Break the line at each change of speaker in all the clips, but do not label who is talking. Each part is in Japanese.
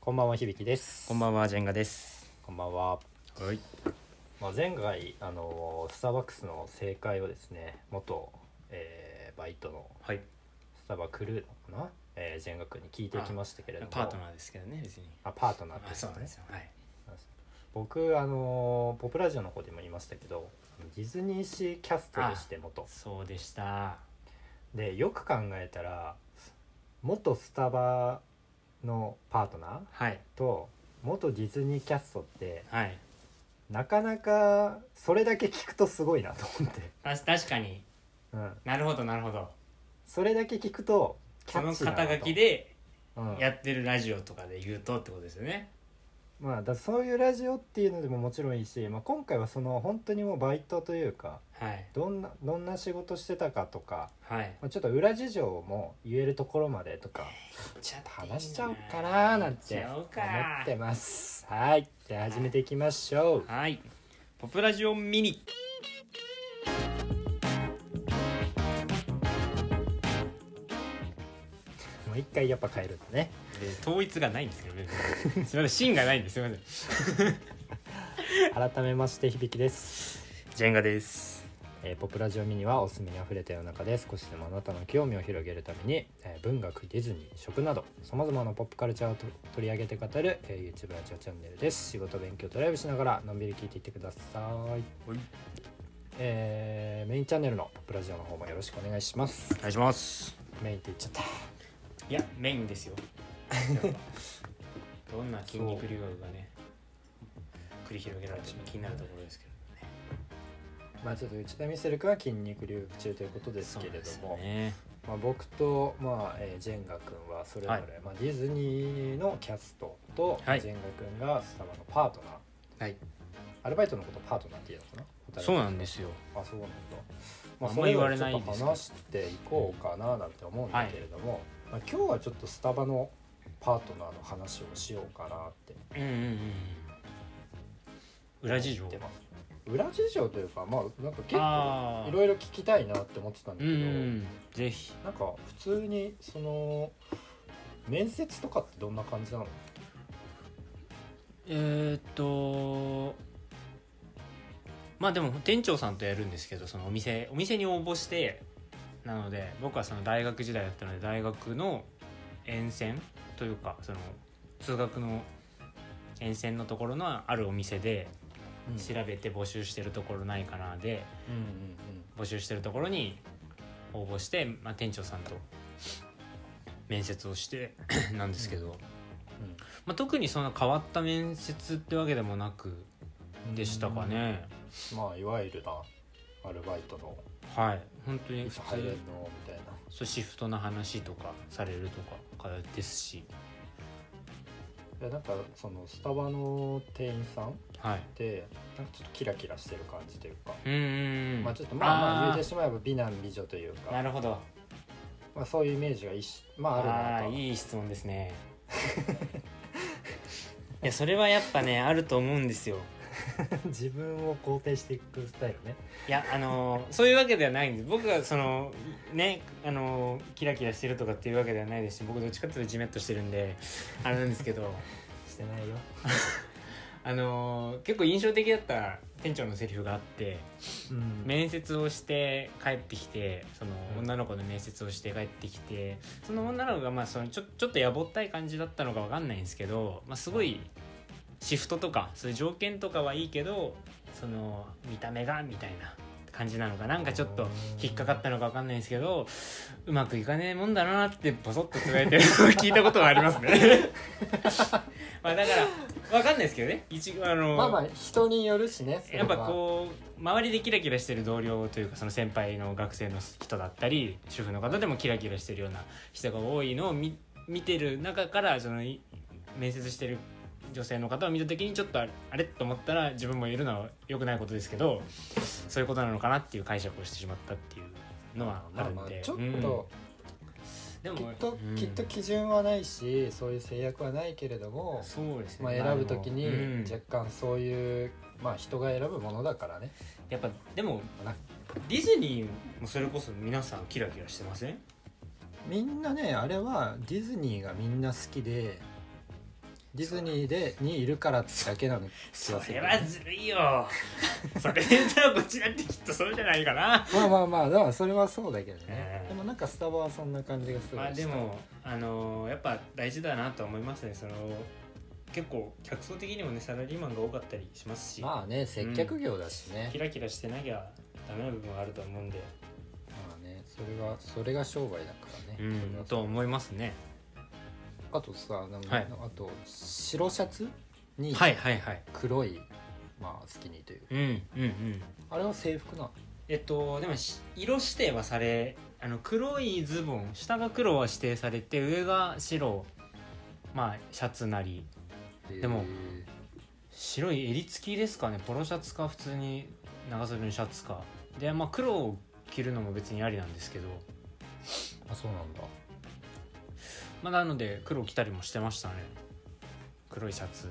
こんばんは響です。
こんばんは、ジェンガです。
こんばんは。
はい。
まあ前回あのスターバックスの正解をですね、元、えーバイトの
はい。
スタバクルーのかな、えー、ジェンガ君に聞いてきましたけれども、
パートナーですけどね、別に。
あパートナー
あ、
です
そう
よ
なん
ね
です。よ。はい。
僕あのポップラジオの方でも言いましたけど、ディズニーシーキャストでして元
そうでした。
でよく考えたら元スタバのパートナー
はい。
と元ディズニーキャストって
はい。
なかなかそれだけ聞くとすごいなと思って、
たし、確かに。
うん、
なるほど、なるほど。
それだけ聞くとキ
そ
ャ
の
ッチーだなと
肩書きで
うん、
やってるラジオとかで言うとってことですよね。
まあだそういうラジオっていうのでももちろんいいし、まあ、今回はその本当にもうバイトというか
はい。
どんなどんな仕事してたかとか、
はい。
まあ、ちょっと裏事情も言えるところまでとか
ちょっと
話しちゃおうかなーなんて思ってますはいじゃあ始めていきましょう
はい。ポプラジオミニ。
もう一回やっぱ変えるんだね
で統一がないんですけど、別にすみません、芯がないんです。すみません。
改めまして響です
ジェンガです。
えーポップラジオミニはお墨にあふれた世の中で少しでもあなたの興味を広げるために、えー文学ディズニー食などさまざまなポップカルチャーをと取り上げて語る、えー YouTube ラジオチャンネルです仕事勉強ドライブしながらのんびり聞いていってください、
はい
えーメインチャンネルのポップラジオの方もよろしくお願いします
お願いします。
メインって言っちゃった
いやメイ ンですよどんな筋肉留学がね繰り広げられても気になるところですけど
まあちょっと内田ミセル君は筋肉留学中ということですけれども、
ね
まあ、僕と、まあえージェンガ君はそれぞれ、
はい
まあ、ディズニーのキャストと、
はい
ジェンガ君がスタバのパートナー
はい
アルバイトのことパートナーっていうのかな
そうなん
で
ですよ
あそうなんだ、まあ、
あん
そ
ま
れ
言
ぞ
わ
れ
れ
ちょ
ない
っ
ん
と
ですけど
話していこうかななんて思うんだけれども、まあ、今日はちょっとスタバのパートナーの話をしようかなって
うんうんうん裏事情
思ってます裏事情というかまあなんか結構
あ
い
ー
ろいろ聞きたいなって思ってたんだ
う
けど、
んぜひ
なんか普通にその面接とかってどんな感じなの
えーっとまあでも店長さんとやるんですけどそのお店お店に応募してなので僕はその大学時代だったので大学の沿線というかその通学の沿線のところのあるお店で調べて募集してるところないかなで
うんうん
募集してるところに応募して、まあ、店長さんと面接をしてなんですけど、
うん
まあ、特にそんな変わった面接ってわけでもなく
うん
でしたかね、
まあいわゆるなアルバイトの
はい本当に
いつ
普通
入れる
に
のみたいな
そうシフトの話とかされるとかからですし
いやなんかそのスタバの店員さんっ
はい
てなんかちょっとキラキラしてる感じというか、
うんうんうん
まあちょっとまあまあ
ー
言うてしまえば美男美女という
な
か
るほど
まあ、そういうイメージが一しまあ
あ
ある
ー
のか
いい質問ですね いやそれはやっぱねあると思うんですよ
自分を肯定していくスタイルね
いやあのーそういうわけではないんです僕がそのねあのーキラキラしてるとかっていうわけではないですし僕どっちかっていうとジメッとしてるんであれなんですけど
してないよ
あのー結構印象的だった店長のセリフがあって
うん
面接をして帰ってきてその
うん
女の子の面接をして帰ってきてその女の子がまあそのちょちょっとやぼったい感じだったのかわかんないんですけど、まあ、すごいシフトとかそういう条件とかはいいけどその見た目がみたいな感じなのかなんかちょっと引っかかったのかわかんないんですけどうまくいかねえもんだなってボソッとつぶやいてる のを聞いたことはありますね。まあだからわかんないですけどね一あの
まあまあ人によるしねそれ
やっ
は
ぱこう周りでキラキラしてる同僚というかその先輩の学生の人だったり主婦の方でもキラキラしてるような人が多いのを見見てる中からそのい面接してる女性の方を見た時にちょっとあれあれと思ったら自分もいるのは良くないことですけどそういうことなのかなっていう解釈をしてしまったっていうのはあ
まあ
るんで、
まあちょっ
うん
と、
でも
きっと、
うん
きっと基準はないしそういう制約はないけれども
そうですね、
まあ、選ぶとき
あのう
に
ん
若干そういう、まあ、人が選ぶものだからね
やっぱでも
な
ディズニーもそれこそ皆さんキラキラしてません
みんなねあれはディズニーがみんな好きでディズニーでにいるからだけなの気
そ
がす
れ
る
はずるいよそれで言ったらこっちだってきっとそうじゃないかな
まあまあまあでもそれはそうだけどね
うん
でもなんかスタバはそんな感じがする
まあでもあのーやっぱ大事だなとは思いますねその結構客層的にもねサラリーマンが多かったりしますし、
まあね接客業だしね、
キラキラしてなきゃダメな部分はあると思うんで、
まあねそれはそれが商売だからね、それは
と思いますね
あとさなんか、
はい
あと白シャツに
はいはいはい
黒い、まあスキニーという
うんうんうん
あれは制服なの
えっとでもし色指定はされあの黒いズボン下が黒は指定されて上が白まあシャツなりでも
え
白い襟付きですかねポロシャツか普通に長袖のシャツかでまあ黒を着るのも別にありなんですけど
ーあそうなんだ
まあなので黒着たりもしてましたね黒いシャツ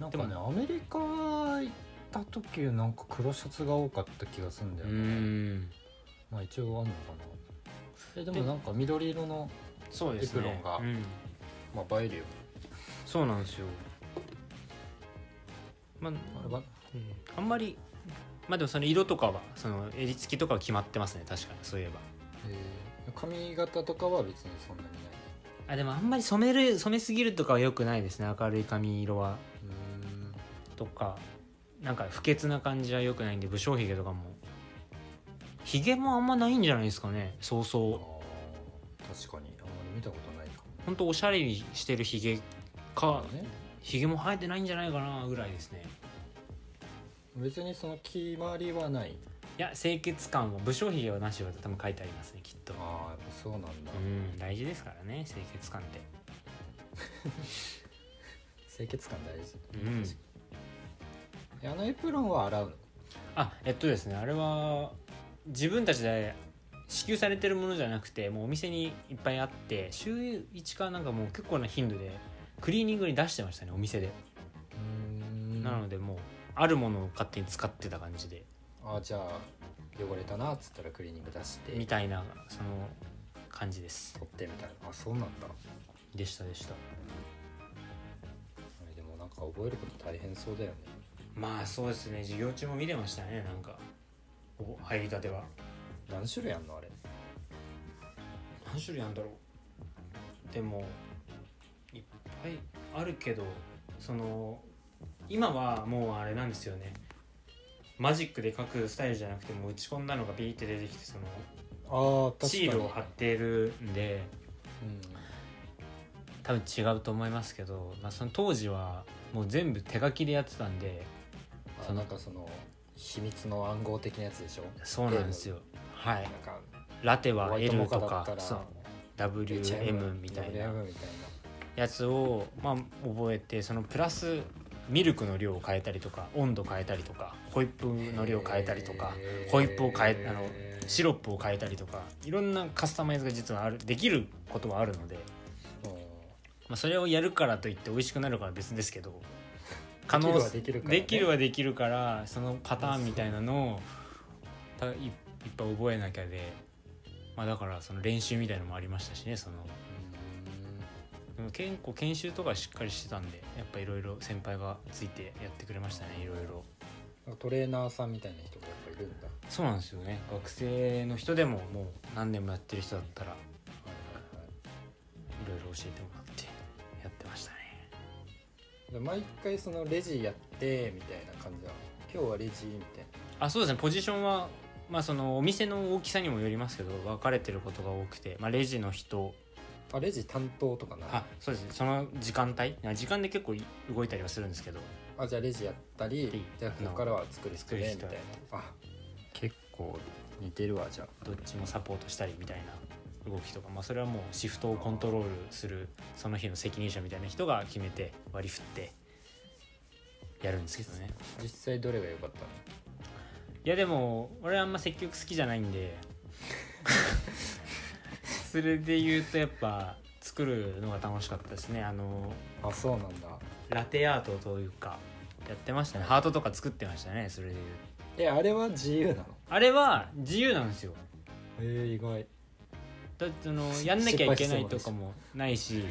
なんかね
で
アメリカ行った時なんか黒シャツが多かった気がするんだ
う
よね、
ん
まあ一応あんのかなえでも
で
なんか緑色の、
そうです
エプロ
ね
ンが
うん
まあ、映えるよ
そうなんですよまあ
あれは
うんあんまりまあでもその色とかはその襟付きとかは決まってますね確かにそういえば
えー髪型とかは別にそんなにない
あでもあんまり染める染めすぎるとかは良くないですね明るい髪色は
うーん
とかなんか不潔な感じは良くないんで武将髭とかも髭もあんまないんじゃないですかねそう
あ
そう
ー確かにあんまり見たことないかも
ほんとおしゃれにしてる髭か
ね
髭も生えてないんじゃないかなぐらいですね
別にその決まりはない
いや清潔感は武将髭はなしは多分書いてありますねきっと
ああやっぱそうなんだ、
うん大事ですからね清潔感って
清潔感大事
うん
えあのエプロンは洗うの
あえっとですねあれは自分たちで支給されてるものじゃなくてもうお店にいっぱいあって週1かなんかもう結構な頻度でクリーニングに出してましたねお店で、
うん
なのでもうあるものを勝手に使ってた感じで
あーじゃあ汚れたなっつったらクリーニング出して
みたいなその感じです
取ってみたいなあそうなんだ
でしたでした
あれでもなんか覚えること大変そうだよね
まあそうですね授業中も見てましたねなんかお入りたては
何種類あんのあれ
何種類あんだろうでもいっぱいあるけどその今はもうあれなんですよねマジックで書くスタイルじゃなくてもう打ち込んだのがビーって出てきてその
ああ
シールを貼っているんで多分違うと思いますけど、まあ、その当時はもう全部手書きでやってたんで
うんあなんかその秘密の暗号的なやつでしょ
そうなんですよはい
なんか
ラテ
ホ
は
ワイト
L
モカ
と
だ
か
ったら
そう WM みた
WM みた
いな
いな
やつを、まあ、覚えてそのプラスミルクの量を変えたりとか温度変えたりとかホイップの量を変えたりとか
へー
ホイップを変えあのシロップを変えたりとかいろんなカスタマイズが実はあるできることはあるので、
うん
まあ、それをやるからといって美味しくなるから別で すけど可
できる
能
はできるからね
できるはできるからそのパターンみたいなのをたいいっぱい覚えなきゃで、まあ、だからその練習みたいのもありましたしねその
うん
でも結構研修とかしっかりしてたんでやっぱいろいろ先輩がついてやってくれましたねいろいろ
なんかトレーナーさんみたいな人がやっぱいるんだ
そうなんですよね学生の人でももう何年もやってる人だったらいろいろ教えてもらってやってましたね
で毎回そのレジやってみたいな感じだ今日はレジみたい
あそうですねポジションはまあそのお店の大きさにもよりますけど分かれてることが多くて、まあ、レジの人
なあレジ担当とかな
あそうですねその時間帯あ時間で結構い動いたりはするんですけど
あじゃあレジやった
い
り
い
じゃあここからは作る人ねみ
作
た
る人
いなあ結構似てるわじゃあ
どっちもサポートしたりみたいな動きとか、まあ、それはもうシフトをコントロールするその日の責任者みたいな人が決めて割り振ってやるんですけどね
実際どれが良かったの
いやでも俺あんま積極好きじゃないんでそれで言うとやっぱ作るのが楽しかったですねあの
あそうなんだ
ラテアートというかやってましたねハートとか作ってましたねそれで言うと
えあれは自由なの
あれは自由なんですよ
えー、意外
だってあのやんなきゃいけないとかもないし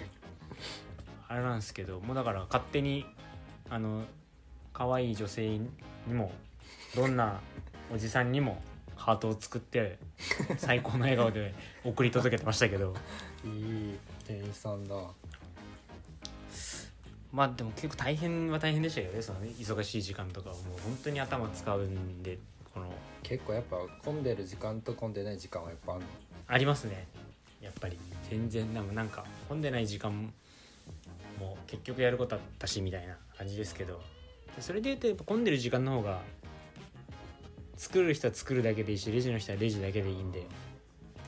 あれなんですけどもうだから勝手にあの可愛い女性にもどんなおじさんにもハートを作って最高の笑顔で送り届けてましたけど
いい店員さんだ
まあでも結構大変は大変でしたよねそのね忙しい時間とかはもう本当に頭使うんでこの
結構やっぱ混んでる時間と混んでない時間はやっぱあんの
ありますねやっぱり全然でもなんか混んでない時間も結局やることあったしみたいな感じですけどそれで言うとやっぱ混んでる時間の方が作る人は作るだけでいいしレジの人はレジだけでいいんで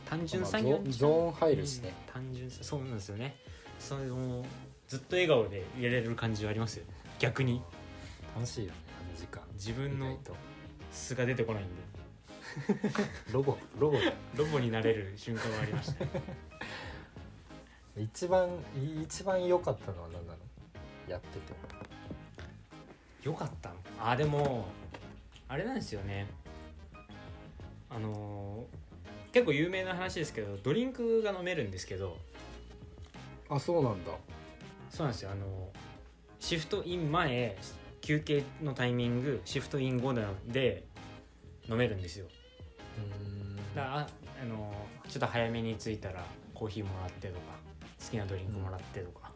単純作業
まあゾゾーン入るしね、
うん単純さそうなんですよねそれもずっと笑顔でいられる感じはありますよ逆に
楽しいよねあの時間
自分
意
の
外と
素が出てこないんで
ロボロボだ
ロボになれる瞬間はありました
一番い一番良かったのは何なのやってて
よかったあでもあれなんですよねあのー結構有名な話ですけどドリンクが飲めるんですけど
あそうなんだ
そうなんですよあのシフトイン前休憩のタイミングシフトイン後なので飲めるんですよだからああのちょっと早めに着いたらコーヒーもらってとか好きなドリンクもらってとか、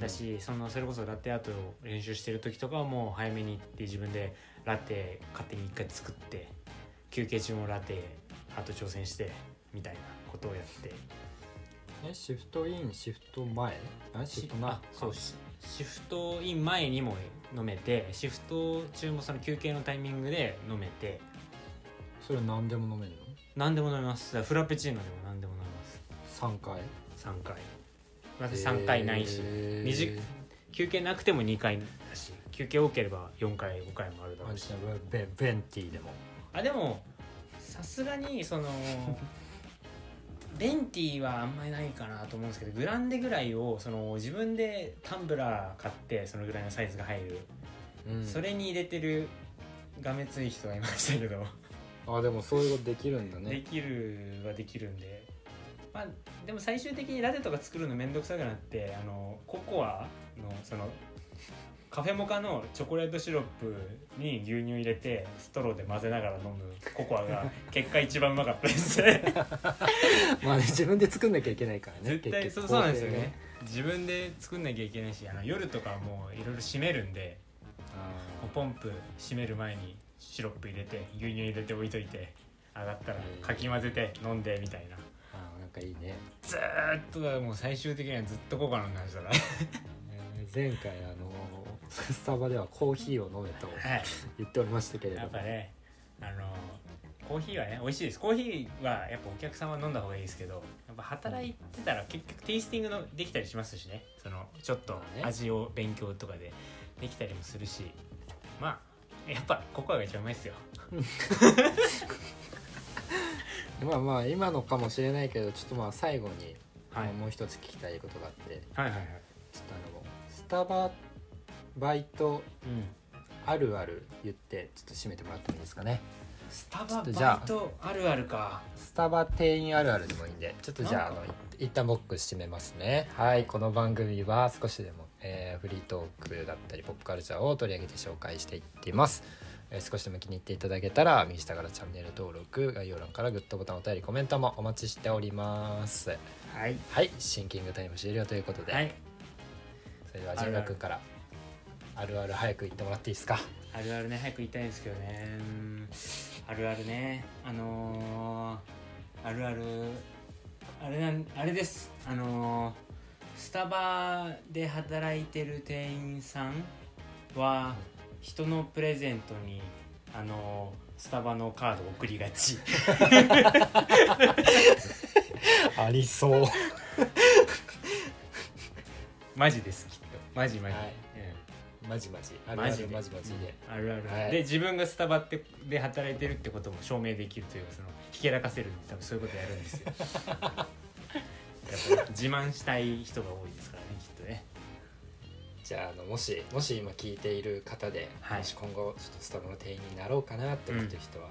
うん
だしそのそれこそラテアートを練習してる時とかはもう早めに行って自分でラテ勝手に一回作って休憩中もラテアート挑戦してみたいなことをやって
えシフトインシフト前あシフトな
あそうシシフトイン前にも飲めてシフト中もその休憩のタイミングで飲めて
それ何でも飲めるの
何でも飲めますだからフラペチーノでも何でも飲めます
3回
3回私3回ないし、
えー
二十休憩なくても2回だし休憩多ければ4回5回もあるだろ
あ
うし
じゃあベベンティーでも
あでもさすがにそ のベンティーはあんまりないかなと思うんですけどグランデぐらいをその自分でタンブラー買ってそのぐらいのサイズが入る、
うん
それに入れてるがめつい人がいましたけど、
あでもそういうことできるんだ
で
ね
きるはできるんでまあでも最終的にラテとか作るの面倒くさくなってあのココアのそのカフェモカのチョコレートシロップに牛乳入れてストローで混ぜながら飲むココアが結果一番うまかったですね
まあね自分で作んなきゃいけないからね
絶対
結
そう
局
そうなんですよ
工程
ね自分で作んなきゃいけないしあの夜とかはもういろいろ閉めるんで
あ
もうポンプ閉める前にシロップ入れて牛乳入れて置いといて上がったらかき混ぜて飲んでみたいな
ーあーなんかいいね
ずーっとだからもう最終的にはずっとココア飲んでましたからは
えー前回あのスタバではコーヒーを飲めと
い
言っておりましたけれど
やっ
も
ぱねあのコーヒーはね美味しいですコーヒーはやっぱお客様飲んだ方がいいですけどやっぱ働いてたら結局テイスティングのできたりしますしねそのちょっと
まあね
味を勉強とかでできたりもするしまあやっぱココアが一番うまいですよ
まあまあ今のかもしれないけどちょっとまあ最後に、
はい
もう一つ聞きたいことがあって
はいはいはい
ちょっとあのスタババイト
うん
あるある言ってちょっと締めてもらってもいいですかね
スタ
ちょ
バ
っとじゃあ
バイトあるあるか
スタバ店員あるあるでもいいんでちょっとじゃああ
なん
の
か
い一旦僕締めますねはいこの番組は少しでも、えーフリートークだったりポップカルチャーを取り上げて紹介していっています、えー少しでも気に入っていただけたら右下からチャンネル登録概要欄からグッドボタンお便りコメントもお待ちしております
はい
はいシンキングタイム終了ということで、
はい
それでは純く君からあるある早く言ってもらっていいですか
あるあるね早く言いたいんですけどねうんあるあるねあのーあるあるあれなんあれですあのースタバで働いてる店員さんは人のプレゼントにあのースタバのカードを送りがち
ありそう
マジですきっとマジマジ、
はいマジマジあるあ
マジ
る
で
マジマジで
うんあるある、
はい
で自分がスタバってで働いてるってことも証明できるというそのひけらかせるんで多分そういうことやるんです よやっぱ自慢したい人が多いですからねきっとね
じゃああのもしもし今聞いている方で、
はい
もし今後ちょっとスタバの店員になろうかなって思ってる人は、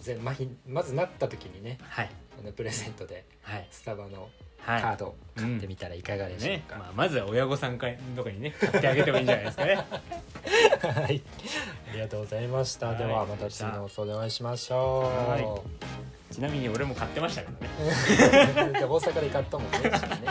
ぜまひまずなった時にね
はい
あのプレゼントで
はい
スタバの
は
カ
い
ードを買ってみたらいかがでしょう
ね
か、
まあ、まずは親御さん会とかにね買ってあげてもいいんじゃないですかね
はい、ありがとうございました。
はい
ではまた次の放送でお会いしましょう。
ちなみに俺も買ってましたからね
で大阪で買ったもんね。一緒にね